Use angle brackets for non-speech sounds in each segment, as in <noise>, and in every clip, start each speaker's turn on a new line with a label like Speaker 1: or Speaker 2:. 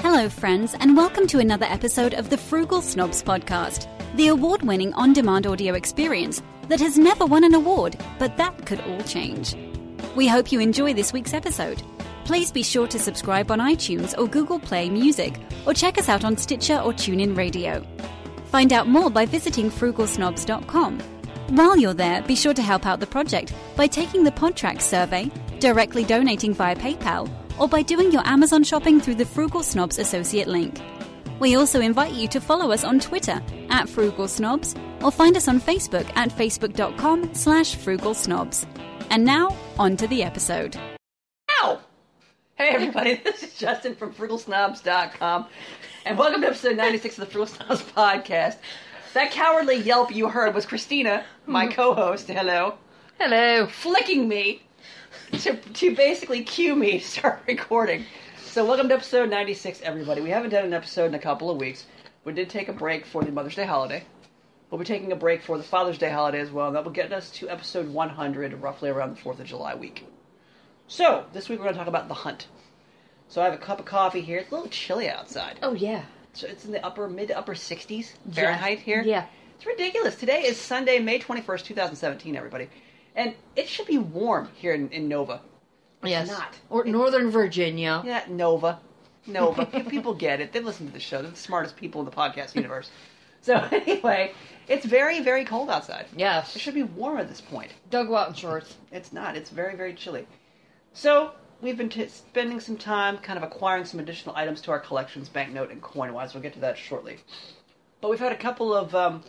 Speaker 1: Hello, friends, and welcome to another episode of the Frugal Snobs Podcast, the award winning on demand audio experience that has never won an award, but that could all change. We hope you enjoy this week's episode. Please be sure to subscribe on iTunes or Google Play Music, or check us out on Stitcher or TuneIn Radio. Find out more by visiting frugalsnobs.com. While you're there, be sure to help out the project by taking the Podtrack survey, directly donating via PayPal, or by doing your Amazon shopping through the Frugal Snobs Associate link. We also invite you to follow us on Twitter at Frugal Snobs or find us on Facebook at facebook.com slash frugal snobs. And now, on to the episode.
Speaker 2: Ow! Hey everybody, <laughs> this is Justin from frugalsnobs.com and welcome to episode 96 of the Frugal Snobs podcast. That cowardly yelp you heard was Christina, my co-host, hello,
Speaker 3: Hello.
Speaker 2: flicking me to, to basically cue me to start <laughs> recording. So welcome to episode 96 everybody. We haven't done an episode in a couple of weeks. We did take a break for the Mother's Day holiday. We'll be taking a break for the Father's Day holiday as well, and that will get us to episode 100, roughly around the 4th of July week. So, this week we're going to talk about the hunt. So, I have a cup of coffee here. It's a little chilly outside.
Speaker 3: Oh yeah.
Speaker 2: So, it's in the upper, mid to upper 60s Fahrenheit here.
Speaker 3: Yeah.
Speaker 2: It's ridiculous. Today is Sunday, May 21st, 2017, everybody. And it should be warm here in, in Nova.
Speaker 3: Yes.
Speaker 2: not.
Speaker 3: Or Northern Virginia.
Speaker 2: Yeah, Nova. Nova. Pe- people get it. They listen to the show. They're the smartest people in the podcast universe. so, <laughs> anyway, it's very, very cold outside.
Speaker 3: Yes.
Speaker 2: It should be warm at this point.
Speaker 3: Doug Walton shorts.
Speaker 2: It's not. It's very, very chilly. So we've been t- spending some time kind of acquiring some additional items to our collections, banknote and coin wise. We'll get to that shortly. But we've had a couple of, um,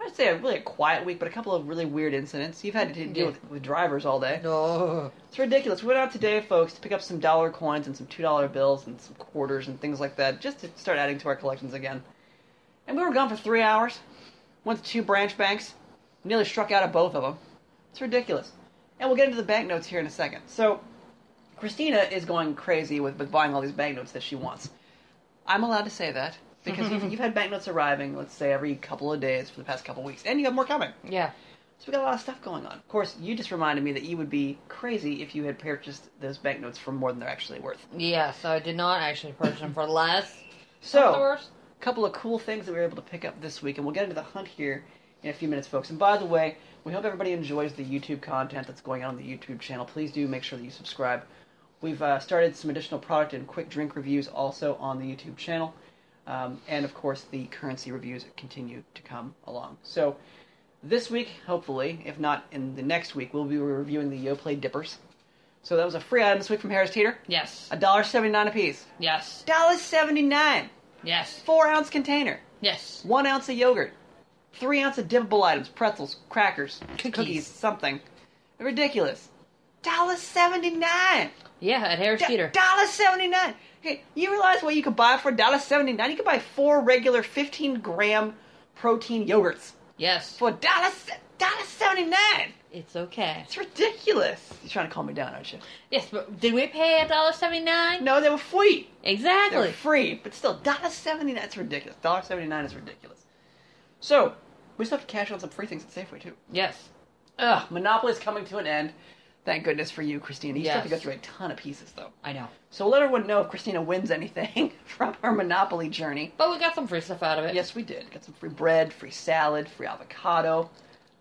Speaker 2: I'd say a really a quiet week, but a couple of really weird incidents. You've had to deal with, with drivers all day.
Speaker 3: No.
Speaker 2: It's ridiculous. We went out today, folks, to pick up some dollar coins and some $2 bills and some quarters and things like that, just to start adding to our collections again. And we were gone for three hours. Went to two branch banks. Nearly struck out at both of them. It's ridiculous. And we'll get into the banknotes here in a second. So, Christina is going crazy with, with buying all these banknotes that she wants. I'm allowed to say that because you've, you've had banknotes arriving, let's say, every couple of days for the past couple of weeks, and you have more coming.
Speaker 3: Yeah.
Speaker 2: So we got a lot of stuff going on. Of course, you just reminded me that you would be crazy if you had purchased those banknotes for more than they're actually worth.
Speaker 3: Yeah. So I did not actually purchase them for less.
Speaker 2: So,
Speaker 3: Afterwards.
Speaker 2: a couple of cool things that we were able to pick up this week, and we'll get into the hunt here in a few minutes, folks. And by the way, we hope everybody enjoys the YouTube content that's going on on the YouTube channel. Please do make sure that you subscribe. We've uh, started some additional product and quick drink reviews also on the YouTube channel. Um, and of course, the currency reviews continue to come along. So, this week, hopefully, if not in the next week, we'll be reviewing the YoPlay Dippers. So that was a free item this week from Harris Teeter.
Speaker 3: Yes.
Speaker 2: A dollar seventy nine apiece.
Speaker 3: Yes.
Speaker 2: Dollar seventy nine.
Speaker 3: Yes.
Speaker 2: Four ounce container.
Speaker 3: Yes.
Speaker 2: One ounce of yogurt. Three ounce of dippable items, pretzels, crackers, cookies,
Speaker 3: Cookies.
Speaker 2: something. Ridiculous. Dollar seventy nine.
Speaker 3: Yeah. At Harris Teeter.
Speaker 2: Dollar seventy nine. Hey, you realize what you could buy for dollar seventy nine? You could buy four regular fifteen gram protein yogurts
Speaker 3: Yes.
Speaker 2: for dollar dollar seventy nine.
Speaker 3: It's okay.
Speaker 2: It's ridiculous. You're trying to calm me down, aren't you?
Speaker 3: Yes, but did we pay a dollar seventy nine?
Speaker 2: No, they were free. They were
Speaker 3: Exactly.
Speaker 2: free, but still, dollar seventy nine. It's ridiculous. Dollar seventy nine is ridiculous. So we still have to cash on some free things at Safeway too.
Speaker 3: Yes.
Speaker 2: Ugh, Monopoly's coming to an end. Thank goodness for you, Christina. You still have to go
Speaker 3: Yes.
Speaker 2: through a ton of pieces, though.
Speaker 3: I know.
Speaker 2: So let everyone know if Christina wins anything <laughs> from her Monopoly journey.
Speaker 3: But we got some free stuff out of it.
Speaker 2: Yes, we did. Got some free bread, free salad, free avocado,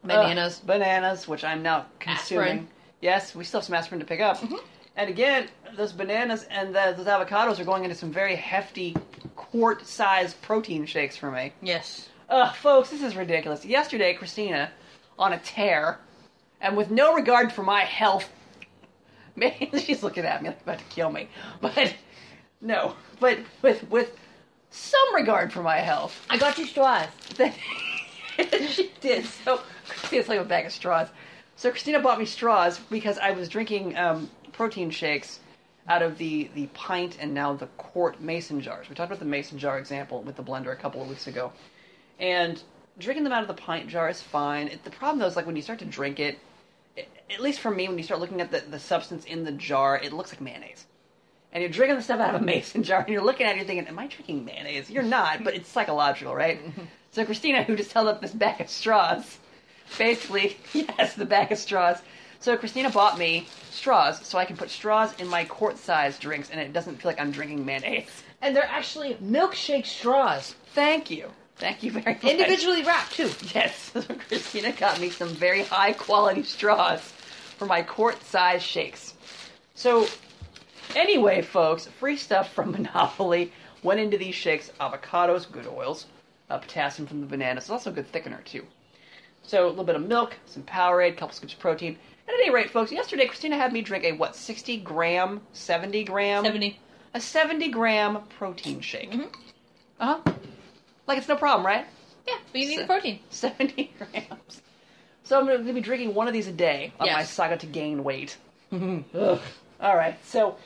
Speaker 3: Bananas.
Speaker 2: Ugh, bananas, which I'm now consuming.
Speaker 3: Aspirin. Mm-hmm.
Speaker 2: Yes, we still have some aspirin to pick up. And again, those bananas and the, those avocados are going into some very hefty quart-sized protein shakes for me.
Speaker 3: yes.
Speaker 2: Ugh, folks, this is ridiculous. Yesterday, Christina, on a tear, and with no regard for my health, <laughs> man, she's looking at me like about to kill me. But no, but with with some regard for my health,
Speaker 3: I got you straws.
Speaker 2: that <laughs> she did. So Christina's like a bag of straws. So Christina bought me straws because I was drinking um, protein shakes out of the, the pint and now the quart mason jars. We talked about the mason jar example with the blender a couple of weeks ago. And drinking them out of the pint jar is fine. It, the problem though is like when you start to drink it, it, at least for me, when you start looking at the, the substance in the jar, it looks like mayonnaise. And you're drinking the stuff out of a mason jar, and you're looking at it, you're thinking, Am I drinking mayonnaise? You're not, but it's psychological, right? so Christina, who just held up this bag of straws, basically, <laughs> yes, the bag of straws. So Christina bought me straws so I can put straws in my quart sized drinks, and it doesn't feel like I'm drinking mayonnaise.
Speaker 3: And they're actually milkshake straws,
Speaker 2: Thank you. Thank you very much.
Speaker 3: individually wrapped too.
Speaker 2: <laughs> Yes, Christina got me some very high quality straws for my quart size shakes. So, anyway, folks, free stuff from <laughs> Monopoly went into these shakes avocados, good oils, uh, potassium from the bananas, it's also a good thickener, too. So, a little bit of milk, some Powerade, couple scoops of protein. At any rate, folks, yesterday Christina had me drink a what, 60 gram, 70 gram?
Speaker 3: Seventy.
Speaker 2: A 70 gram protein shake. Uh huh. Like it's no problem, right?
Speaker 3: Yeah, but you need
Speaker 2: So-
Speaker 3: the protein.
Speaker 2: 70 <laughs> grams. So I'm going to be drinking one of these a day on my
Speaker 3: Yes.
Speaker 2: saga to gain
Speaker 3: <laughs>
Speaker 2: weight. Ugh. All right. So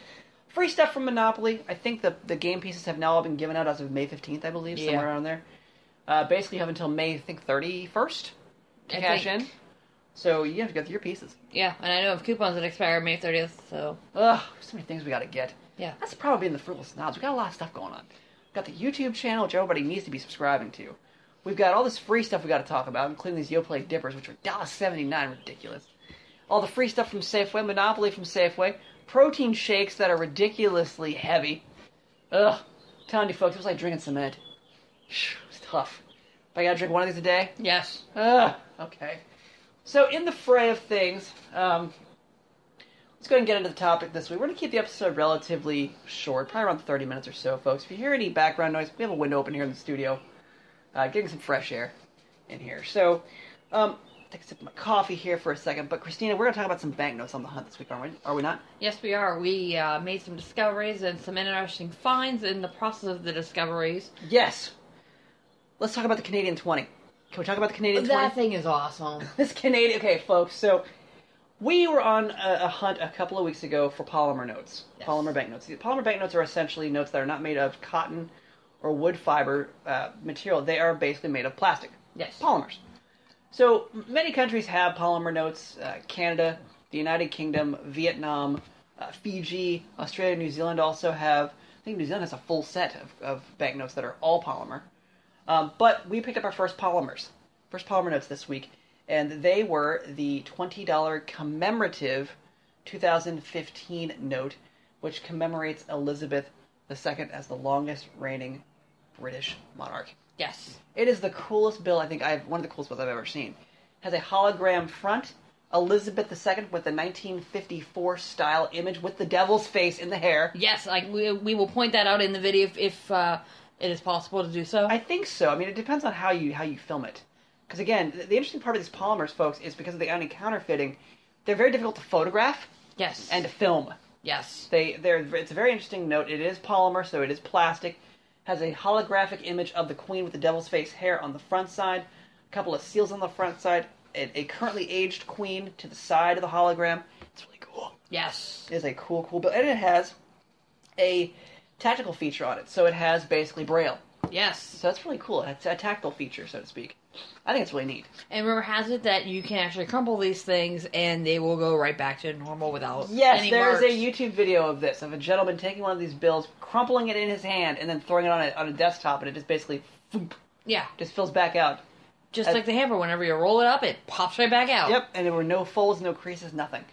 Speaker 2: free stuff from Monopoly. I think the the game pieces have now all been given out as of May 15th, I believe,
Speaker 3: Yeah.
Speaker 2: somewhere around there. Uh, basically, you have until May, I think, 31st to
Speaker 3: I
Speaker 2: cash
Speaker 3: think.
Speaker 2: in. So you have to go through your pieces.
Speaker 3: Yeah, and I know of coupons that expire May thirtieth. So
Speaker 2: Ugh, so many things we got to get.
Speaker 3: yeah,
Speaker 2: That's the problem being the frugal snobs. We've got a lot of stuff going on. We've got the YouTube channel, which everybody needs to be subscribing to. We've got all this free stuff we got to talk about, including these YoPlay dippers, which are $1.79, ridiculous. All the free stuff from Safeway, Monopoly from Safeway, protein shakes that are ridiculously heavy. Ugh, telling you folks, it was like drinking cement. Shh, It's tough. If I gotta drink one of these a day,
Speaker 3: yes,
Speaker 2: Ugh, Ah, okay. So, in the fray of things, um, let's go ahead and get into the topic this week. We're going to keep the episode relatively short, probably around 30 minutes or so, folks. If you hear any background noise, we have a window open here in the studio, uh, getting some fresh air in here. So, um, take a sip of my coffee here for a second. But, Christina, we're going to talk about some banknotes on the hunt this week, aren't we? Are we not?
Speaker 3: yes, we are. We uh, made some discoveries and some interesting finds in the process of the discoveries.
Speaker 2: Yes. Let's talk about the Canadian 20. Can we talk about the Canadian 20?
Speaker 3: That thing is awesome.
Speaker 2: <laughs> this Canadian. Okay, folks. So we were on a, a hunt a couple of weeks ago for polymer notes,
Speaker 3: Yes.
Speaker 2: polymer banknotes. The polymer banknotes are essentially notes that are not made of cotton or wood fiber uh, material. They are basically made of plastic
Speaker 3: Yes.
Speaker 2: polymers. So m- many countries have polymer notes. Uh, Canada, the United Kingdom, Vietnam, uh, Fiji, Australia, New Zealand also have. I think New Zealand has a full set of, of banknotes that are all polymer. Um, but we picked up our first polymers, first polymer notes this week, and they were the $20 commemorative 2015 note, which commemorates Elizabeth II as the longest reigning British monarch.
Speaker 3: Yes.
Speaker 2: It is the coolest bill I think I've one of the coolest bills I've ever seen. Has a hologram front, Elizabeth II with the 1954 style image with the devil's face in the hair.
Speaker 3: Yes, like we, we will point that out in the video if, if uh, it is possible to do so.
Speaker 2: I think so. I mean, it depends on how you how you film it. Because again, the, the interesting part of these polymers, folks, is because of the anti counterfeiting, they're very difficult to photograph
Speaker 3: yes.
Speaker 2: and to film.
Speaker 3: yes.
Speaker 2: They they're it's a very interesting note. It is polymer, so it is plastic. Has a holographic image of the queen with the devil's face hair on the front side, a couple of seals on the front side, and a currently aged queen to the side of the hologram. It's really cool.
Speaker 3: Yes.
Speaker 2: It is a cool, cool build, and it has a tactical feature on it. So it has basically braille.
Speaker 3: Yes.
Speaker 2: So that's really cool. It's a tactile feature, so to speak. I think it's really neat.
Speaker 3: And rumor has it that you can actually crumple these things and they will go right back to normal without
Speaker 2: Yes,
Speaker 3: any
Speaker 2: there is
Speaker 3: marks.
Speaker 2: a YouTube video of this of a gentleman taking one of these bills, crumpling it in his hand, and then throwing it on a on a desktop, and it just basically thump,
Speaker 3: Yeah.
Speaker 2: just fills back out.
Speaker 3: Just
Speaker 2: I-
Speaker 3: like the hamper, whenever you roll it up, it pops right back out.
Speaker 2: Yep, and there were no folds, no creases, nothing.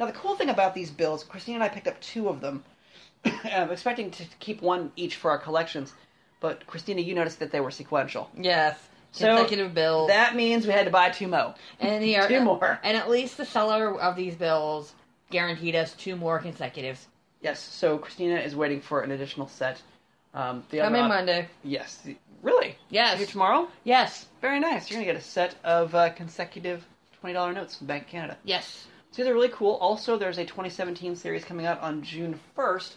Speaker 2: Now the cool thing about these bills, Christine and I picked up two of them, <coughs> I'm expecting to keep one each for our collections, but Christina, you noticed that they were sequential.
Speaker 3: Yes.
Speaker 2: So,
Speaker 3: Consecutive bills.
Speaker 2: That means we had to buy two mo.
Speaker 3: and the,
Speaker 2: two more.
Speaker 3: And at least the seller of these bills guaranteed us two more consecutives.
Speaker 2: Yes, so Christina is waiting for an additional set. Um, the
Speaker 3: Come
Speaker 2: other
Speaker 3: in
Speaker 2: op-
Speaker 3: Monday.
Speaker 2: Yes, really.
Speaker 3: Yes.
Speaker 2: Here tomorrow.
Speaker 3: Yes.
Speaker 2: Very nice. You're gonna get a set of uh, consecutive twenty dollar notes from Bank of Canada.
Speaker 3: Yes.
Speaker 2: So these are really cool. Also, there's a 2017 series coming out on June 1st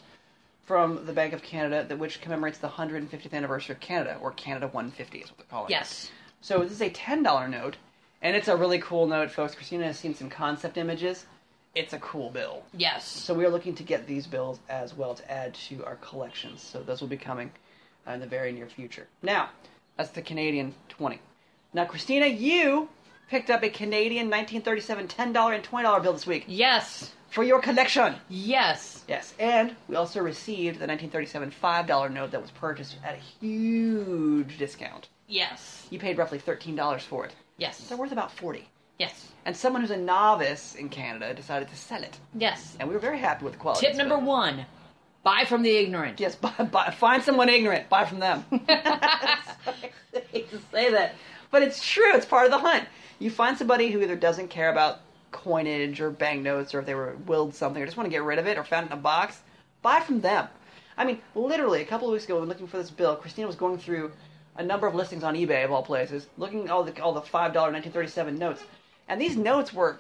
Speaker 2: from the Bank of Canada, that which commemorates the 150th anniversary of Canada, or Canada 150 is what they're calling it.
Speaker 3: Yes.
Speaker 2: So this is a ten dollar note, and it's a really cool note, folks. Christina has seen some concept images. It's a cool bill.
Speaker 3: Yes.
Speaker 2: So we are looking to get these bills as well to add to our collections. So those will be coming uh, in the very near future. Now, that's the Canadian 20. Now, Christina, you picked up a Canadian 1937 $10 and $20 bill this week
Speaker 3: Yes.
Speaker 2: for your collection.
Speaker 3: Yes.
Speaker 2: Yes, and we also received the 1937 $5 note that was purchased at a huge discount.
Speaker 3: Yes.
Speaker 2: You paid roughly $13 for it.
Speaker 3: Yes.
Speaker 2: They're worth about 40.
Speaker 3: Yes.
Speaker 2: And someone who's a novice in Canada decided to sell it.
Speaker 3: Yes.
Speaker 2: And we were very happy with the quality. of
Speaker 3: Tip
Speaker 2: this
Speaker 3: number
Speaker 2: bill.
Speaker 3: one Buy from the ignorant.
Speaker 2: Yes, <laughs> buy, buy, find someone ignorant, buy from <laughs> them. I hate to say that, but it's true. It's part of the hunt. You find somebody who either doesn't care about coinage or banknotes, or if they were willed something, or just want to get rid of it, or found it in a box. Buy from them. I mean, literally, a couple of weeks ago, when looking for this bill, Christina was going through a number of listings on eBay of all places, looking at all the all the five dollar 1937 notes, and these notes were.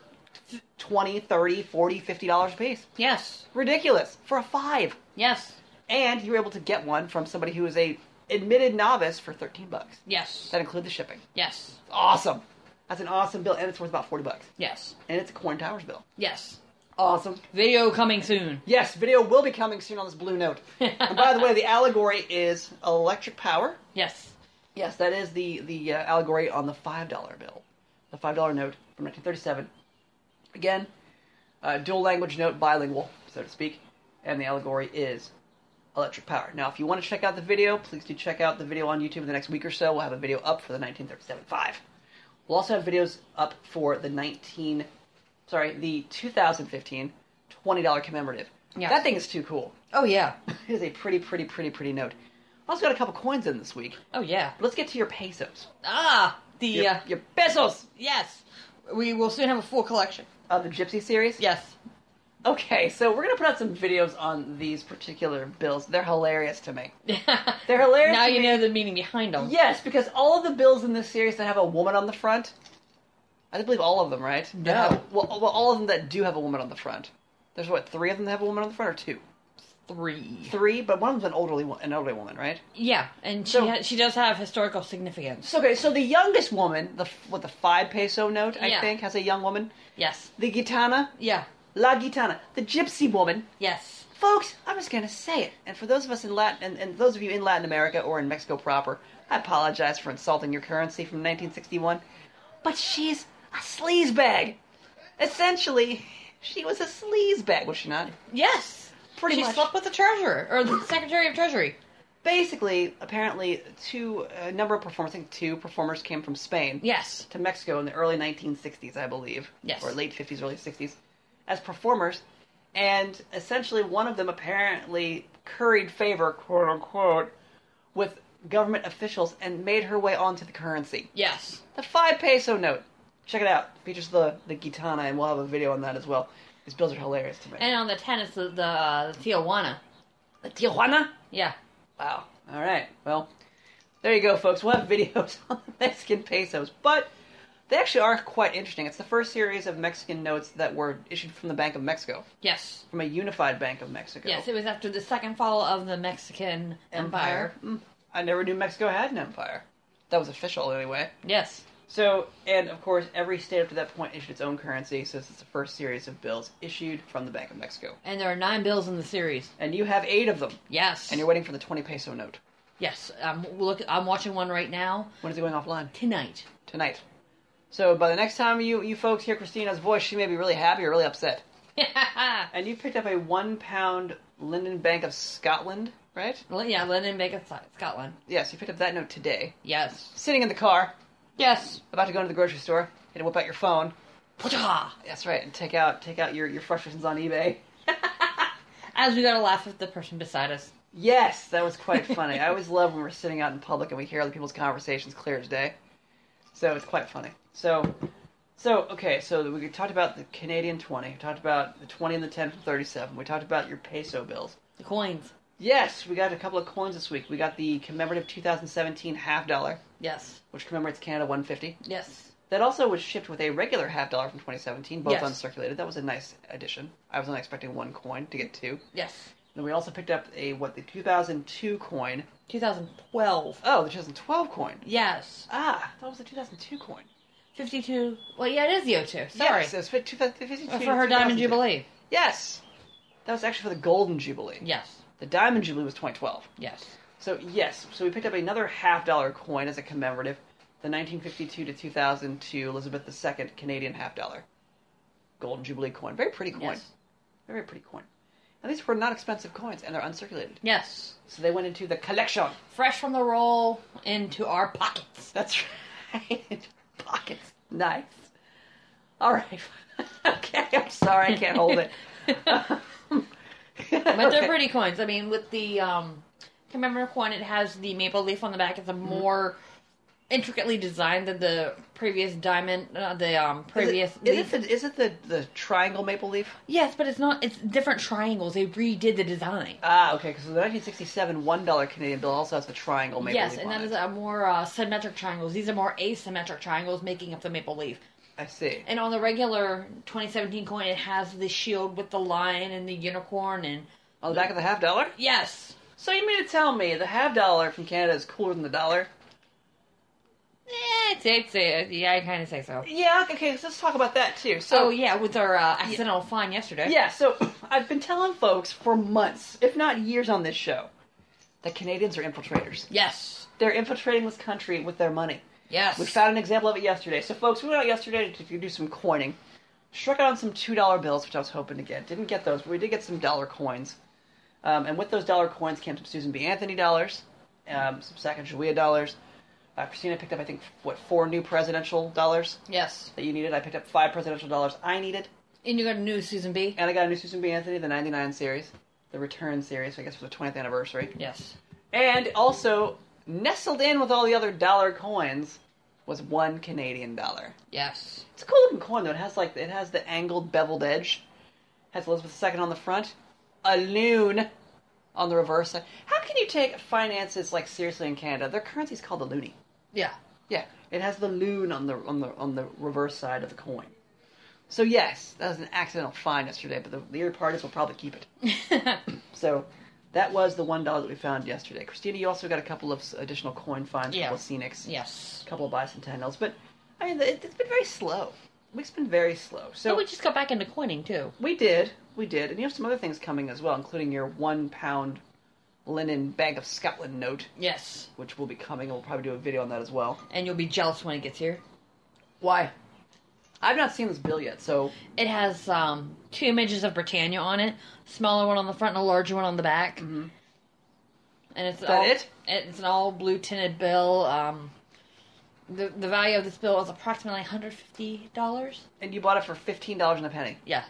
Speaker 2: 20 30 40 50 dollars a piece
Speaker 3: Yes.
Speaker 2: ridiculous for a five
Speaker 3: Yes.
Speaker 2: and you were able to get one from somebody who is a admitted novice for 13 bucks
Speaker 3: Yes.
Speaker 2: that includes the shipping
Speaker 3: Yes.
Speaker 2: It's awesome that's an awesome bill and it's worth about 40 bucks
Speaker 3: Yes.
Speaker 2: and it's a coin towers bill
Speaker 3: Yes.
Speaker 2: awesome
Speaker 3: Video coming soon.
Speaker 2: yes video will be coming soon on this blue note and by the way the allegory is electric power
Speaker 3: Yes.
Speaker 2: yes that is the the uh, allegory on the five dollar bill the five dollar note from 1937 again uh, dual language note bilingual so to speak and the allegory is electric power. Now, if you want to check out the video, please do check out the video on YouTube in the next week or so. We'll have a video up for the 1937.5. We'll also have videos up for the 19, sorry, the 2015 $20 commemorative.
Speaker 3: Yeah.
Speaker 2: That thing is too cool.
Speaker 3: Oh yeah.
Speaker 2: It is a pretty, pretty, pretty, pretty note. I also got a couple coins in this week.
Speaker 3: Oh yeah.
Speaker 2: Let's get to your pesos.
Speaker 3: Ah, the
Speaker 2: Your,
Speaker 3: uh,
Speaker 2: your pesos
Speaker 3: yes. We will soon have a full collection.
Speaker 2: of the Gypsy series.
Speaker 3: Yes.
Speaker 2: Okay, so we're gonna put out some videos on these particular bills. They're hilarious to
Speaker 3: <laughs>
Speaker 2: me.
Speaker 3: now
Speaker 2: They're hilarious. to
Speaker 3: you
Speaker 2: me.
Speaker 3: know the meaning behind them.
Speaker 2: Yes, because all of the bills in this series that have a woman on the front, I don't believe all of them, right? That
Speaker 3: No.
Speaker 2: have- well, well, all of them that do have a woman on the front. There's what three of them that have a woman on the front, or two,
Speaker 3: Three.
Speaker 2: three, but one of them's an elderly wo- an elderly woman, right?
Speaker 3: Yeah, and she
Speaker 2: So-
Speaker 3: ha- she does have historical significance.
Speaker 2: So okay, so the youngest woman, the f- what the five peso note, I
Speaker 3: Yeah.
Speaker 2: think, has a young woman.
Speaker 3: Yes.
Speaker 2: The gitana,
Speaker 3: Yeah.
Speaker 2: la gitana, the gypsy woman.
Speaker 3: Yes.
Speaker 2: Folks, I'm just gonna say it, and for those of us in Latin, and, and those of you in Latin America or in Mexico proper, I apologize for insulting your currency from 1961, but she's a sleazebag. Essentially, she was a sleazebag, was she not?
Speaker 3: Yes.
Speaker 2: Pretty
Speaker 3: she
Speaker 2: much.
Speaker 3: slept with the treasurer or the secretary of treasury.
Speaker 2: Basically, apparently, two a number of performers, I think two performers came from Spain
Speaker 3: Yes.
Speaker 2: to Mexico in the early 1960s, I believe,
Speaker 3: Yes.
Speaker 2: or late 50s, early 60s, as performers, and essentially one of them apparently curried favor, quote unquote, with government officials and made her way onto the currency.
Speaker 3: Yes.
Speaker 2: The five peso note. Check it out. Features the the gitana, and we'll have a video on that as well. These bills are hilarious to me.
Speaker 3: And on the tennis, the, the uh, Tijuana.
Speaker 2: the Tijuana.
Speaker 3: Yeah.
Speaker 2: Wow. All right. Well, there you go, folks. We'll have <laughs> videos on the Mexican pesos, but they actually are quite interesting. It's the first series of Mexican notes that were issued from the Bank of Mexico,
Speaker 3: Yes.
Speaker 2: from a unified Bank of Mexico.
Speaker 3: Yes, it was after the second fall of the Mexican Empire.
Speaker 2: Mm, I never knew Mexico had an empire. That was official, anyway.
Speaker 3: Yes.
Speaker 2: So, and of course, every state up to that point issued its own currency, so this is the first series of bills issued from the Bank of Mexico.
Speaker 3: And there are nine bills in the series.
Speaker 2: And you have eight of them,
Speaker 3: Yes.
Speaker 2: and you're waiting for the 20 peso note.
Speaker 3: yes. I'm look. I'm watching one right now
Speaker 2: When is it going offline?
Speaker 3: tonight.
Speaker 2: tonight. So by the next time you, you folks hear Christina's voice, she may be really happy or really upset.
Speaker 3: well,
Speaker 2: And you picked up a one pound Linden Bank of Scotland, right?
Speaker 3: yeah, London, Bacon, Scotland.
Speaker 2: Yes, you picked up that note today.
Speaker 3: Yes.
Speaker 2: Sitting in the car,
Speaker 3: Yes.
Speaker 2: about to go into the grocery store, and whip out your phone.
Speaker 3: Pwah!
Speaker 2: That's right, and take out take out your, your frustrations on eBay.
Speaker 3: As we gotta laugh at the person beside us.
Speaker 2: Yes, that was quite funny. I always love when we're sitting out in public and we hear other people's conversations clear as day. So it's quite funny. So, so okay. So we talked about the Canadian twenty. We talked about the twenty and the ten from thirty-seven. We talked about your peso bills.
Speaker 3: The coins.
Speaker 2: Yes, we got a couple of coins this week. We got the commemorative 2017 half dollar,
Speaker 3: Yes.
Speaker 2: which commemorates Canada 150.
Speaker 3: Yes.
Speaker 2: That also was shipped with a regular half dollar from 2017, both
Speaker 3: Yes.
Speaker 2: uncirculated. That was a nice addition. I was only expecting one coin to get two.
Speaker 3: Yes.
Speaker 2: Then we also picked up a what the 2002 coin
Speaker 3: 2012.
Speaker 2: Oh, the 2012 coin.
Speaker 3: Yes.
Speaker 2: Ah, that was the 2002 coin.
Speaker 3: 52. Well, yeah, it is the O2. Sorry.
Speaker 2: Yes, it was fi- 2052
Speaker 3: Uh, for her Diamond
Speaker 2: 2002.
Speaker 3: Jubilee.
Speaker 2: Yes. That was actually for the Golden Jubilee.
Speaker 3: Yes.
Speaker 2: The Diamond Jubilee was 2012.
Speaker 3: Yes.
Speaker 2: So, yes, so we picked up another half dollar coin as a commemorative, the 1952 to 2002 Elizabeth II Canadian half dollar Golden Jubilee coin. Very pretty coin.
Speaker 3: Yes.
Speaker 2: Very pretty coin. And these were not expensive coins, and they're uncirculated.
Speaker 3: Yes.
Speaker 2: So they went into the collection.
Speaker 3: Fresh from the roll into our pockets.
Speaker 2: That's <laughs> right. Pockets. Nice.
Speaker 3: <laughs>
Speaker 2: <laughs> All right. okay, I'm sorry. I can't hold it.
Speaker 3: but they're
Speaker 2: Okay.
Speaker 3: pretty coins. I mean, with the um, commemorative coin, it has the maple leaf on the back. It's a more intricately designed than the previous diamond, uh, the um, previous
Speaker 2: Is it,
Speaker 3: leaf.
Speaker 2: is it, the, is it the, the triangle maple leaf?
Speaker 3: yes, but it's not. It's different triangles. They redid the design.
Speaker 2: Ah, okay, because the 1967 $1 Canadian bill also has the triangle maple
Speaker 3: yes,
Speaker 2: leaf.
Speaker 3: and
Speaker 2: on
Speaker 3: that
Speaker 2: it.
Speaker 3: is a more uh, symmetric triangles. These are more asymmetric triangles making up the maple leaf.
Speaker 2: I see.
Speaker 3: And on the regular 2017 coin, it has the shield with the lion and the unicorn, and
Speaker 2: On the back of the half dollar?
Speaker 3: yes,
Speaker 2: So you mean to tell me the half dollar from Canada is cooler than the dollar?
Speaker 3: eh, it's, it's, it's, yeah, I kind of say so.
Speaker 2: Yeah, okay, so let's talk about that too. So,
Speaker 3: So yeah, with our uh, accidental find yesterday.
Speaker 2: Oh, yeah, so <clears throat> I've been telling folks for months, if not years on this show, that Canadians are infiltrators.
Speaker 3: Yes.
Speaker 2: They're infiltrating this country with their money.
Speaker 3: Yes.
Speaker 2: We found an example of it yesterday. So, folks, we went out yesterday to do some coining. Struck out on some $2 bills, which I was hoping to get. Didn't get those, but we did get some dollar coins. Um, and with those dollar coins came some Susan B. Anthony dollars, um, some Sacagawea dollars. Uh, Christina picked up, I think, what, four new presidential dollars
Speaker 3: yes.
Speaker 2: that you needed. I picked up five presidential dollars I needed.
Speaker 3: And you got a new Susan B.
Speaker 2: And I got a new Susan B. Anthony, the 99 series, the return series, I guess for the 20th anniversary.
Speaker 3: Yes.
Speaker 2: And also, nestled in with all the other dollar coins was one Canadian dollar.
Speaker 3: Yes.
Speaker 2: It's a cool looking coin though. It has like it has the angled beveled edge. Has Elizabeth II on the front, a loon on the reverse. How can you take finances like seriously in Canada? Their currency's called the loonie.
Speaker 3: Yeah.
Speaker 2: Yeah, it has the loon on the on the on the reverse side of the coin. So yes, that was an accidental find yesterday, but the, the other parties will probably keep it.
Speaker 3: <laughs>
Speaker 2: so that was the one dollar that we found yesterday. Christina, you also got a couple of s- additional coin finds, a
Speaker 3: Yeah.
Speaker 2: couple of scenics
Speaker 3: Yes.
Speaker 2: couple of bicentennials, but I mean, it, it's been very slow. Week's been very slow. So
Speaker 3: So we just got back into coining too.
Speaker 2: we did, we did, and you have some other things coming as well, including your one pound linen Bank of Scotland note,
Speaker 3: Yes.
Speaker 2: which will be coming. We'll probably do a video on that as well.
Speaker 3: And you'll be jealous when it gets here.
Speaker 2: Why? I've not seen this bill yet, so
Speaker 3: It has um, two images of Britannia on it, smaller one on the front and a larger one on the back. Mm-hmm. And it's
Speaker 2: that
Speaker 3: all,
Speaker 2: it?
Speaker 3: It's an all blue tinted bill. Um, the the value of this bill is approximately hundred fifty dollars.
Speaker 2: and you bought it for fifteen dollars and a penny.
Speaker 3: Yeah.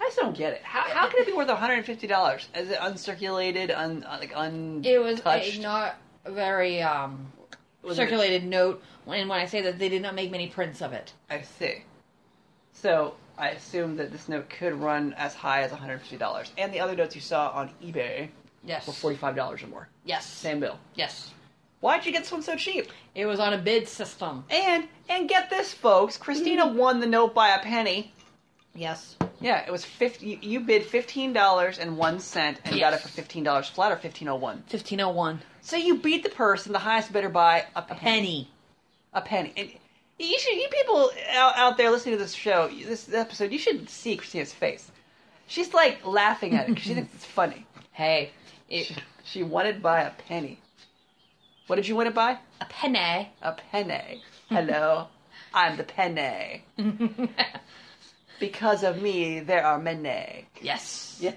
Speaker 2: I just don't get it. How, how can it be worth one hundred and fifty dollars? Is it uncirculated, un like untouched?
Speaker 3: It was a not very um,
Speaker 2: Was it-
Speaker 3: circulated note, and when I say that, they did not make many prints of it.
Speaker 2: I see. So I assume that this note could run as high as $150. And the other notes you saw on eBay
Speaker 3: Yes.
Speaker 2: were $45 or more.
Speaker 3: Yes.
Speaker 2: Same bill.
Speaker 3: Yes.
Speaker 2: Why'd you get this one so cheap?
Speaker 3: It was on a bid system.
Speaker 2: And and get this, folks. Christina won the note by a penny.
Speaker 3: Yes.
Speaker 2: Yeah, it was fifty. You, you bid fifteen dollars and one cent, and got it
Speaker 3: Yes.
Speaker 2: for fifteen dollars flat, or fifteen oh one.
Speaker 3: Fifteen oh one.
Speaker 2: So you beat the person, the highest bidder, by a penny.
Speaker 3: Penny.
Speaker 2: a penny. And you should, you people out, out there listening to this show, this episode, you should see Christina's face. She's like laughing at it because she thinks it's funny.
Speaker 3: Hey. It,
Speaker 2: She, she won it by a penny. What did you win it by?
Speaker 3: a penny.
Speaker 2: A penny. Hello, I'm the penny. Because of me, there are many.
Speaker 3: yes.
Speaker 2: Yes.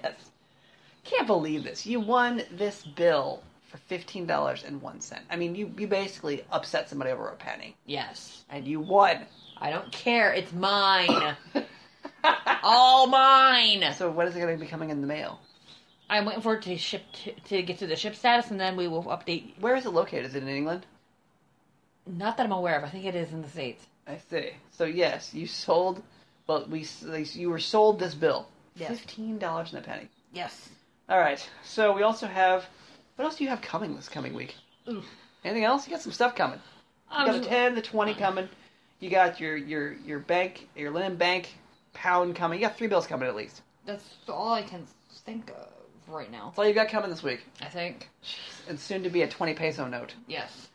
Speaker 2: Can't believe this. You won this bill for $15.01. I mean, you, you basically upset somebody over a penny,
Speaker 3: Yes.
Speaker 2: and you won.
Speaker 3: I don't care. It's <laughs> mine. All mine.
Speaker 2: So when is it going to be coming in the mail?
Speaker 3: I'm waiting for it to ship to, to get to the ship status, and then we will update.
Speaker 2: Where is it located? Is it in England?
Speaker 3: Not that I'm aware of. I think it is in the states.
Speaker 2: I see. So yes, you sold. Well, we you were sold this bill.
Speaker 3: Yes.
Speaker 2: Fifteen dollars and a penny.
Speaker 3: Yes.
Speaker 2: All right. So we also have. What else do you have coming this coming week? Anything else? You got some stuff coming. You got
Speaker 3: Um,
Speaker 2: the ten, the twenty coming. You got your your your bank, your linen bank pound coming. You got three bills coming at least.
Speaker 3: that's all I can think of right now.
Speaker 2: That's all you got coming this week,
Speaker 3: I think.
Speaker 2: and soon to be a twenty peso note <laughs>
Speaker 3: Yes.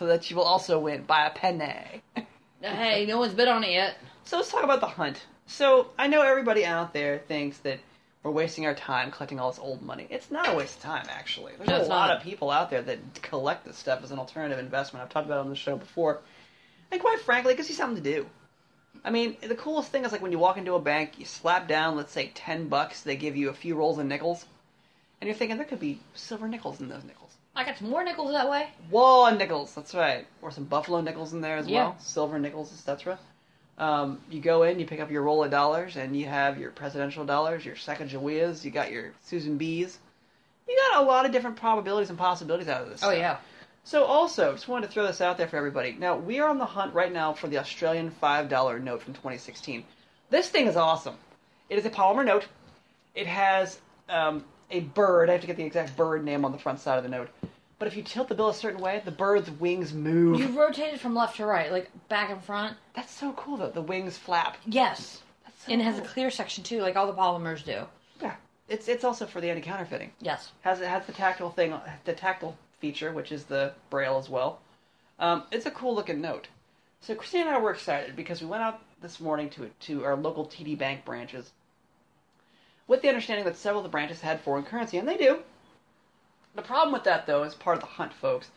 Speaker 2: that you will also win by a penny. <laughs>
Speaker 3: Hey, no one's bid on it yet.
Speaker 2: So let's talk about the hunt. So I know everybody out there thinks that we're wasting our time collecting all this old money. It's not a waste of time, actually. There's
Speaker 3: No,
Speaker 2: a
Speaker 3: it's
Speaker 2: lot
Speaker 3: not.
Speaker 2: of people out there that collect this stuff as an alternative investment. I've talked about it on the show before. And quite frankly, it gives you something to do. I mean, the coolest thing is like when you walk into a bank, you slap down, let's say, 10 bucks, they give you a few rolls of nickels, and you're thinking there could be silver nickels in those nickels.
Speaker 3: I got some more nickels that way.
Speaker 2: Wall nickels, that's right. Or some buffalo nickels in there as
Speaker 3: Yeah.
Speaker 2: well. Silver nickels, etc. Um, you go in, you pick up your roll of dollars, and you have your presidential dollars, your Sacagaweas, you got your Susan B's. You got a lot of different probabilities and possibilities out of this.
Speaker 3: Oh
Speaker 2: stuff.
Speaker 3: yeah.
Speaker 2: So also, just wanted to throw this out there for everybody. Now we are on the hunt right now for the Australian five dollar note from 2016. This thing is awesome. It is a polymer note. It has um, a bird. I have to get the exact bird name on the front side of the note. But if you tilt the bill a certain way, the bird's wings move.
Speaker 3: You rotated from left to right, like back and front.
Speaker 2: That's so cool though. The wings flap.
Speaker 3: Yes.
Speaker 2: That's so
Speaker 3: And it has a
Speaker 2: cool.
Speaker 3: clear section too, like all the polymers do.
Speaker 2: Yeah. It's it's also for the anti counterfeiting.
Speaker 3: Yes.
Speaker 2: has it has the tactile thing, the tactile feature, which is the braille as well. Um, it's a cool looking note. So Christine and I were excited because we went out this morning to to our local TD Bank branches, with the understanding that several of the branches had foreign currency, and they do. The problem with that, though, as part of the hunt, folks,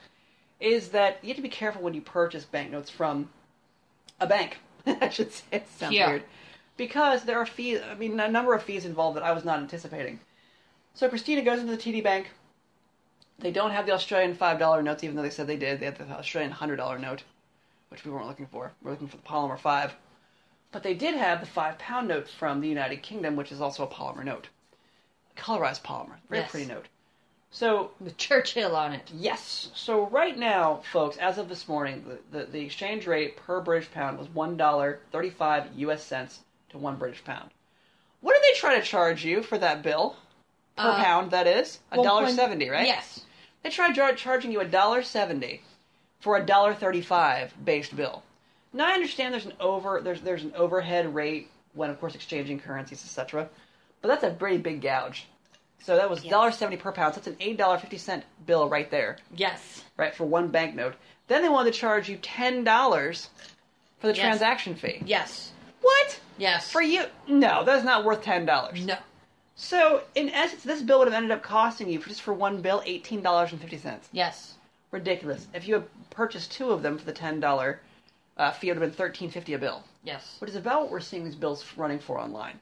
Speaker 2: is that you have to be careful when you purchase banknotes from a bank. <laughs> I should say it sounds
Speaker 3: Yeah.
Speaker 2: weird because there are fees. I mean, a number of fees involved that I was not anticipating. So Christina goes into the TD Bank. They don't have the Australian five dollar notes, even though they said they did. They had the Australian hundred dollar note, which we weren't looking for. We're looking for the polymer five, but they did have the five pound note from the United Kingdom, which is also a polymer note, colorized polymer, very
Speaker 3: Yes.
Speaker 2: pretty note. So
Speaker 3: With Churchill on it.
Speaker 2: Yes. So right now, folks, as of this morning, the, the, the exchange rate per British pound was one dollar thirty-five U.S. cents to one British pound. What do they try to charge you for that bill per
Speaker 3: Uh,
Speaker 2: pound? That is a
Speaker 3: One
Speaker 2: dollar
Speaker 3: point-
Speaker 2: seventy, right?
Speaker 3: Yes.
Speaker 2: They tried jar- charging you a dollar seventy for a dollar thirty-five based bill. Now I understand there's an over there's there's an overhead rate when of course exchanging currencies etc. But that's a pretty big gouge. So that was dollar seventy per pound. So that's an eight dollar fifty cent bill right there,
Speaker 3: Yes.
Speaker 2: right for one banknote. Then they wanted to charge you ten dollars for the
Speaker 3: Yes.
Speaker 2: transaction fee.
Speaker 3: Yes.
Speaker 2: What
Speaker 3: Yes.
Speaker 2: for you? No, that's not worth ten dollars.
Speaker 3: No.
Speaker 2: So in essence, this bill would have ended up costing you just for one bill eighteen dollars and fifty cents.
Speaker 3: Yes.
Speaker 2: Ridiculous. If you had purchased two of them for the ten dollar uh, fee, it would have been thirteen fifty a bill,
Speaker 3: Yes.
Speaker 2: which is about what we're seeing these bills running for online.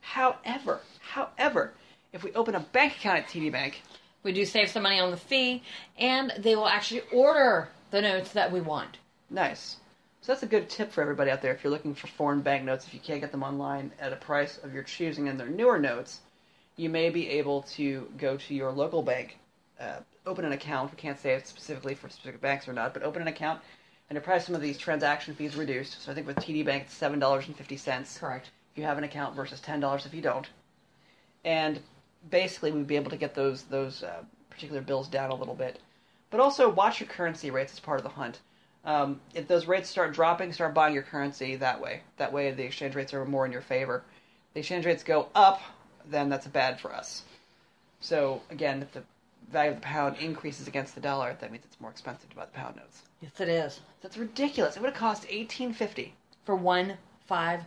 Speaker 2: However, however, if we open a bank account at TD Bank,
Speaker 3: We do save some money on the fee, and they will actually order the notes that we want.
Speaker 2: nice. So that's a good tip for everybody out there. If you're looking for foreign banknotes, if you can't get them online at a price of your choosing, and they're newer notes, you may be able to go to your local bank, uh, open an account. We can't say it specifically for specific banks or not, but open an account and the price of some of these transaction fees reduced. So I think with TD Bank, it's seven dollars and fifty cents
Speaker 3: Correct.
Speaker 2: if you have an account versus ten dollars if you don't. And basically, we'd be able to get those those uh, particular bills down a little bit. But also watch your currency rates as part of the hunt. Um, if those rates start dropping, start buying your currency that way. That way, the exchange rates are more in your favor. If the exchange rates go up, then that's bad for us. So again, if the value of the pound increases against the dollar, that means it's more expensive to buy the pound notes.
Speaker 3: Yes, it is
Speaker 2: That's ridiculous. It would have cost eighteen fifty
Speaker 3: for one five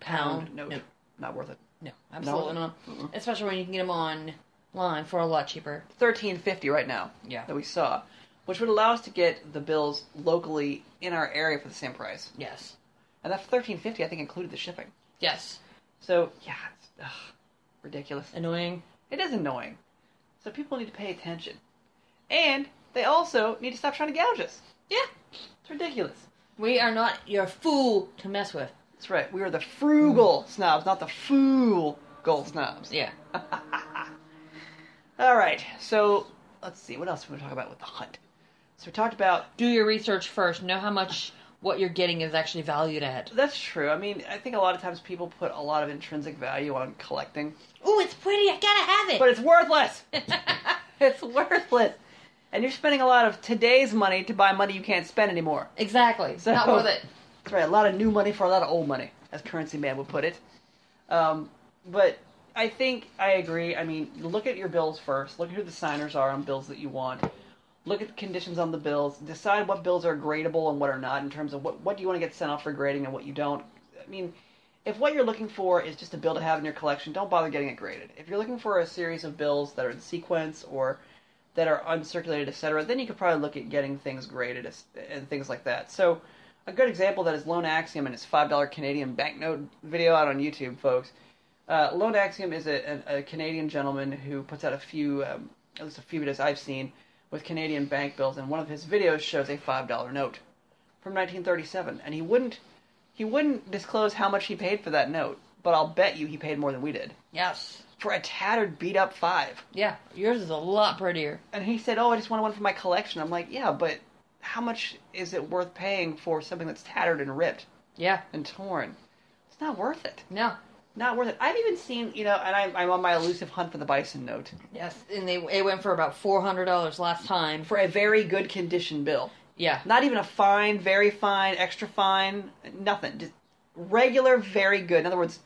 Speaker 3: pound
Speaker 2: note.
Speaker 3: note.
Speaker 2: Not worth it.
Speaker 3: No, absolutely
Speaker 2: No.
Speaker 3: not. Especially when you can get them online for a lot cheaper.
Speaker 2: thirteen fifty right now.
Speaker 3: Yeah.
Speaker 2: That we saw, which would allow us to get the bills locally in our area for the same price.
Speaker 3: Yes.
Speaker 2: And that thirteen fifty, I think, included the shipping.
Speaker 3: Yes.
Speaker 2: So yeah, it's ugh, ridiculous.
Speaker 3: Annoying.
Speaker 2: It is annoying. So people need to pay attention, and they also need to stop trying to gouge us.
Speaker 3: Yeah.
Speaker 2: It's ridiculous.
Speaker 3: We are not your fool to mess with.
Speaker 2: That's right. We are the frugal snobs, not the fool gold snobs.
Speaker 3: Yeah.
Speaker 2: All right. So let's see what else we want to talk about with the hunt. So we talked about
Speaker 3: Do your research first. Know how much what you're getting is actually valued at.
Speaker 2: That's true. I mean, I think a lot of times people put a lot of intrinsic value on collecting,
Speaker 3: Oh, it's pretty. I gotta have it.
Speaker 2: but it's worthless. it's worthless. And you're spending a lot of today's money to buy money you can't spend anymore.
Speaker 3: exactly. It's
Speaker 2: So-
Speaker 3: not worth it.
Speaker 2: That's right, a lot of new money for a lot of old money, as Currency Man would put it. Um, but I think I agree. I mean, look at your bills first. Look at who the signers are on bills that you want. Look at the conditions on the bills. Decide what bills are gradable and what are not in terms of what, what do you want to get sent off for grading and what you don't. I mean, if what you're looking for is just a bill to have in your collection, don't bother getting it graded. If you're looking for a series of bills that are in sequence or that are uncirculated, etc., then you could probably look at getting things graded as- and things like that. So, a good example of that is Loan Axiom and his $5 Canadian banknote video out on YouTube, folks. Uh, Loan Axiom is a, an a Canadian gentleman who puts out a few, um, at least a few videos I've seen, with Canadian bank bills, and one of his videos shows a $5 note from 1937, and he wouldn't He wouldn't disclose how much he paid for that note, but I'll bet you he paid more than we did
Speaker 3: Yes.
Speaker 2: for a tattered, beat up five.
Speaker 3: Yeah. Yours is a lot prettier.
Speaker 2: And he said, "Oh, I just wanted one for my collection." I'm like, "Yeah, but how much is it worth paying for something that's tattered and ripped
Speaker 3: Yeah.
Speaker 2: and torn? It's not worth it.
Speaker 3: No.
Speaker 2: Not worth it." I've even seen, you know, and I'm, I'm on my elusive hunt for the bison note
Speaker 3: Yes. And they it went for about four hundred dollars last time.
Speaker 2: for a very good condition bill.
Speaker 3: Yeah.
Speaker 2: Not even a fine, very fine, extra fine, nothing. Just regular, very good. In other words,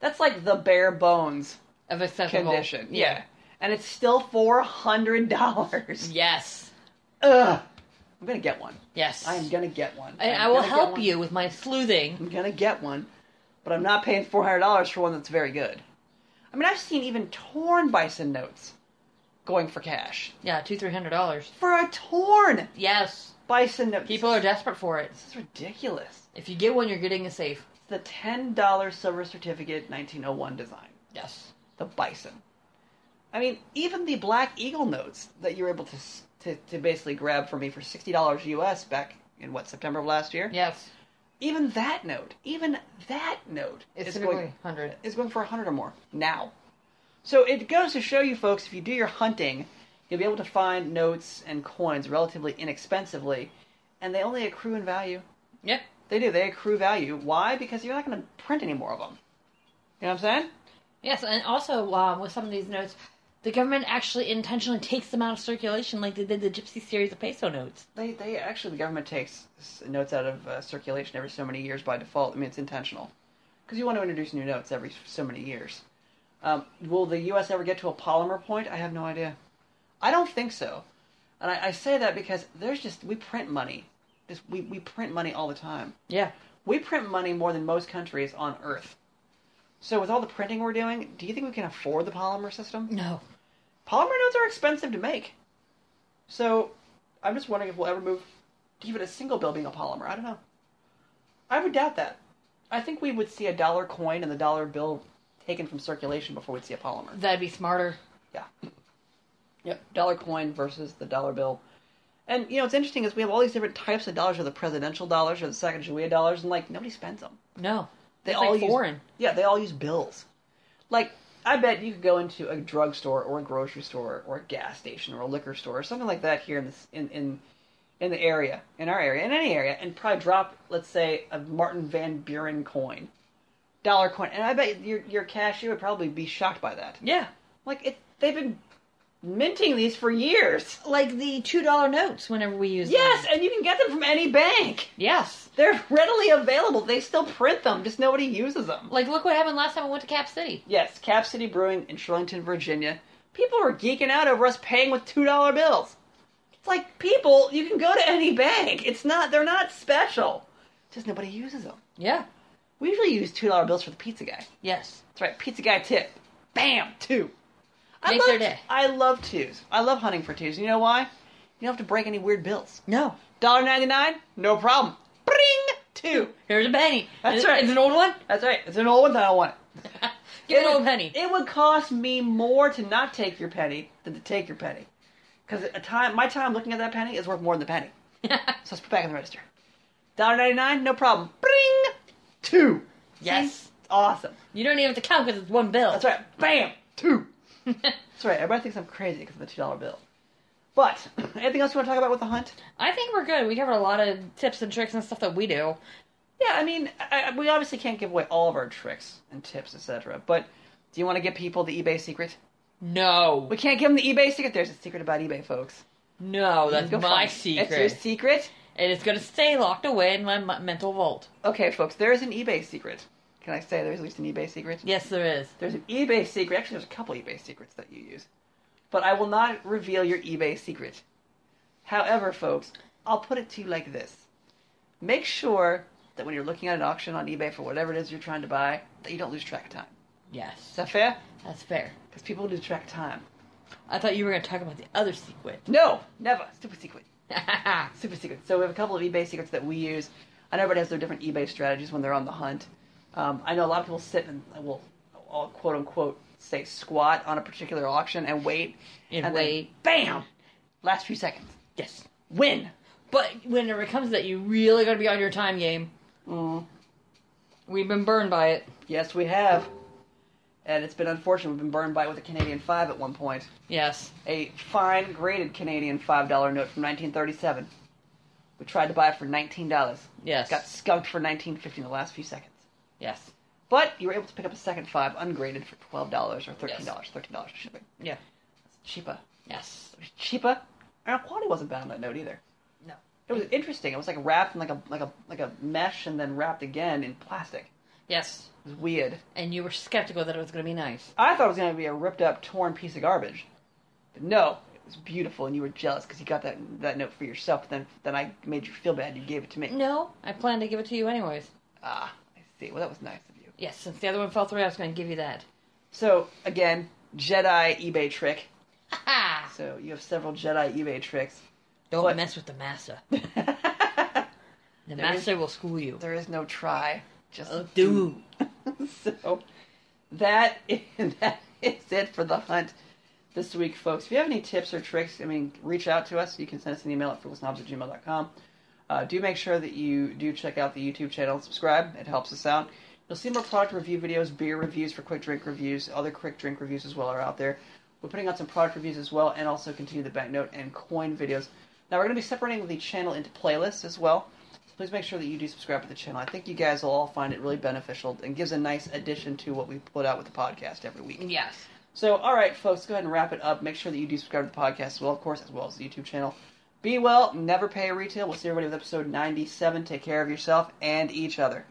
Speaker 2: that's like the bare bones
Speaker 3: Of accessible
Speaker 2: condition. Yeah. And it's still four hundred dollars.
Speaker 3: Yes.
Speaker 2: Ugh. I'm gonna get one.
Speaker 3: Yes.
Speaker 2: I am gonna get one.
Speaker 3: and
Speaker 2: I'm
Speaker 3: I will
Speaker 2: gonna get
Speaker 3: help
Speaker 2: one.
Speaker 3: you with my sleuthing.
Speaker 2: I'm gonna get one, but I'm not paying four hundred dollars for one that's very good. I mean, I've seen even torn bison notes going for cash
Speaker 3: Yeah, two, three hundred dollars.
Speaker 2: for a torn
Speaker 3: Yes.
Speaker 2: bison note.
Speaker 3: People are desperate for it.
Speaker 2: this is ridiculous.
Speaker 3: If you get one, you're getting a safe.
Speaker 2: It's the ten dollar silver certificate, 1901 design,
Speaker 3: Yes.
Speaker 2: the bison. I mean, even the black eagle notes that you were able to s- to, to basically grab for me for sixty dollars US back in what September of last year.
Speaker 3: Yes.
Speaker 2: Even that note, even that note
Speaker 3: It's
Speaker 2: is
Speaker 3: typically
Speaker 2: going
Speaker 3: hundred.
Speaker 2: is going for 100 or more now. So it goes to show you folks if you do your hunting, you'll be able to find notes and coins relatively inexpensively, and they only accrue in value.
Speaker 3: Yep.
Speaker 2: They do, they accrue value. Why? Because you're not going to print any more of them. You know what I'm saying?
Speaker 3: Yes, and also um, with some of these notes, the government actually intentionally takes them out of circulation, like they did the Gypsy series of peso notes.
Speaker 2: They, they actually, the government takes s- notes out of uh, circulation every so many years by default. I mean, it's intentional. Because you want to introduce new notes every so many years. Um, will the U.S. ever get to a polymer point? I have no idea. I don't think so. And I, I say that because there's just, we print money. Just, we, we print money all the time.
Speaker 3: Yeah.
Speaker 2: We print money more than most countries on Earth. So with all the printing we're doing, do you think we can afford the polymer system?
Speaker 3: No.
Speaker 2: polymer notes are expensive to make. So I'm just wondering if we'll ever move to even a single bill being a polymer. I don't know. I would doubt that. I think we would see a dollar coin and the dollar bill taken from circulation before we'd see a polymer.
Speaker 3: That'd be smarter.
Speaker 2: Yeah. Yep. Dollar coin versus the dollar bill. And you know what's interesting is we have all these different types of dollars, or the presidential dollars, or the Sacagawea dollars, and like nobody spends them.
Speaker 3: No.
Speaker 2: They
Speaker 3: It's
Speaker 2: all
Speaker 3: like
Speaker 2: use
Speaker 3: foreign.
Speaker 2: Yeah, they all use bills. Like I bet you could go into a drugstore or a grocery store or a gas station or a liquor store or something like that here in this in in in the area, in our area, in any area, and probably drop, let's say, a Martin Van Buren coin, dollar coin, and I bet your your cashier would probably be shocked by that.
Speaker 3: Yeah.
Speaker 2: Like it, they've been minting these for years.
Speaker 3: Like the two dollar notes whenever we use
Speaker 2: Yes,
Speaker 3: them.
Speaker 2: and you can get them from any bank.
Speaker 3: Yes.
Speaker 2: They're readily available. They still print them, just nobody uses them.
Speaker 3: Like look what happened last time I went to Cap City.
Speaker 2: Yes, Cap City Brewing in Shirlington, Virginia. People were geeking out over us paying with two dollar bills. It's like people, you can go to any bank. It's not they're not special. Just nobody uses them.
Speaker 3: Yeah.
Speaker 2: We usually use two dollar bills for the pizza guy.
Speaker 3: Yes.
Speaker 2: That's right, pizza guy tip. Bam, two. I
Speaker 3: Makes their
Speaker 2: love,
Speaker 3: day.
Speaker 2: I love twos. I love hunting for twos. You know why? You don't have to break any weird bills.
Speaker 3: No.
Speaker 2: Dollar ninety nine, no problem. Bring two.
Speaker 3: Here's a penny.
Speaker 2: That's
Speaker 3: It's-
Speaker 2: right.
Speaker 3: It's an old one.
Speaker 2: That's right. It's an old one that I want.
Speaker 3: Give an
Speaker 2: would-
Speaker 3: old penny.
Speaker 2: It would cost me more to not take your penny than to take your penny, because a time my time looking at that penny is worth more than the <laughs> penny. So let's put it back in the register. Dollar ninety nine, no problem. Bring two.
Speaker 3: yes.
Speaker 2: See? awesome.
Speaker 3: You don't even have to count because it's one bill.
Speaker 2: That's right. Bam, <laughs> two. That's right. Everybody thinks I'm crazy because of the two dollar bill. But <clears throat> anything else you want to talk about with the hunt?
Speaker 3: I think we're good. We covered a lot of tips and tricks and stuff that we do.
Speaker 2: Yeah, I mean, I, I- we obviously can't give away all of our tricks and tips, etc. But do you want to give people the eBay secret?
Speaker 3: No.
Speaker 2: We can't give them the eBay secret. There's a secret about eBay, folks.
Speaker 3: No, that's
Speaker 2: Go
Speaker 3: my
Speaker 2: find it. It's your
Speaker 3: secret.
Speaker 2: secret.
Speaker 3: and it's going to stay locked away in my m- mental vault.
Speaker 2: Okay, folks, there is an eBay secret. Can I say there's at least an eBay secret?
Speaker 3: Yes, there is.
Speaker 2: There's an eBay secret. Actually, there's a couple eBay secrets that you use. But I will not reveal your eBay secret. However, folks, I'll put it to you like this. Make sure that when you're looking at an auction on eBay for whatever it is you're trying to buy, that you don't lose track of time. Is
Speaker 3: Yes.
Speaker 2: that fair?
Speaker 3: That's fair.
Speaker 2: Because people lose track of time.
Speaker 3: I thought you were going to talk about the other secret. <laughs>
Speaker 2: No, never. Stupid secret.
Speaker 3: yes.
Speaker 2: super secrets. So we have a couple of eBay secrets that we use. I know everybody has their different eBay strategies when they're on the hunt. Um, I know a lot of people sit and uh, will, I'll quote unquote, say squat on a particular auction and wait
Speaker 3: And
Speaker 2: then,
Speaker 3: wait.
Speaker 2: bam, last few seconds, win.
Speaker 3: Mm. But whenever it comes to that, you really got to be on your time game. We've been burned by it.
Speaker 2: Yes, we have. And it's been unfortunate. We've been burned by it with a Canadian 5 at one point.
Speaker 3: Yes.
Speaker 2: A fine graded Canadian $5 note from 1937. We tried to buy it for $19.
Speaker 3: Yes.
Speaker 2: Got skunked for 19.50 in the last few seconds.
Speaker 3: Yes.
Speaker 2: But you were able to pick up a second 5 ungraded for $12 or $13. $13 for shipping.
Speaker 3: Yeah.
Speaker 2: Cheaper.
Speaker 3: Yes.
Speaker 2: It was cheaper. And the quality wasn't bad on that note either.
Speaker 3: No.
Speaker 2: It was interesting. It was like wrapped in like a like a like a mesh and then wrapped again in plastic.
Speaker 3: Yes.
Speaker 2: It was weird.
Speaker 3: And you were skeptical that it was going to be nice.
Speaker 2: I thought it was going to be a ripped up, torn piece of garbage. But no, it was beautiful, and you were jealous because you got that that note for yourself. But then then I made you feel bad. You gave it to me.
Speaker 3: No, I planned to give it to you anyways.
Speaker 2: Ah, I see. Well, that was nice of you.
Speaker 3: Yes, since the other one fell through, I was going to give you that.
Speaker 2: So again, Jedi eBay trick.
Speaker 3: Ha!
Speaker 2: So you have several Jedi eBay tricks.
Speaker 3: <laughs> Don't
Speaker 2: What?
Speaker 3: mess with the <laughs> master.
Speaker 2: there
Speaker 3: The
Speaker 2: There is-
Speaker 3: master will school you.
Speaker 2: is no try, just
Speaker 3: Oh,
Speaker 2: do.
Speaker 3: dude.
Speaker 2: <laughs> so that is, <laughs> that is it for the hunt this week, folks. If you have any tips or tricks, I mean, reach out to us. You can send us an email at frugalsnobs at gmail.com. Uh, do make sure that you do check out the YouTube channel and subscribe. It helps us out. You'll see more product review videos, beer reviews for quick drink reviews, other quick drink reviews as well are out there. We're putting out some product reviews as well, and also continue the banknote and coin videos. Now we're going to be separating the channel into playlists as well. So please make sure that you do subscribe to the channel. I think you guys will all find it really beneficial and gives a nice addition to what we put out with the podcast every week.
Speaker 3: Yes.
Speaker 2: So, all right, folks, go ahead and wrap it up. Make sure that you do subscribe to the podcast as well, of course, as well as the YouTube channel. Be well, never pay retail. We'll see everybody with episode 97. Take care of yourself and each other.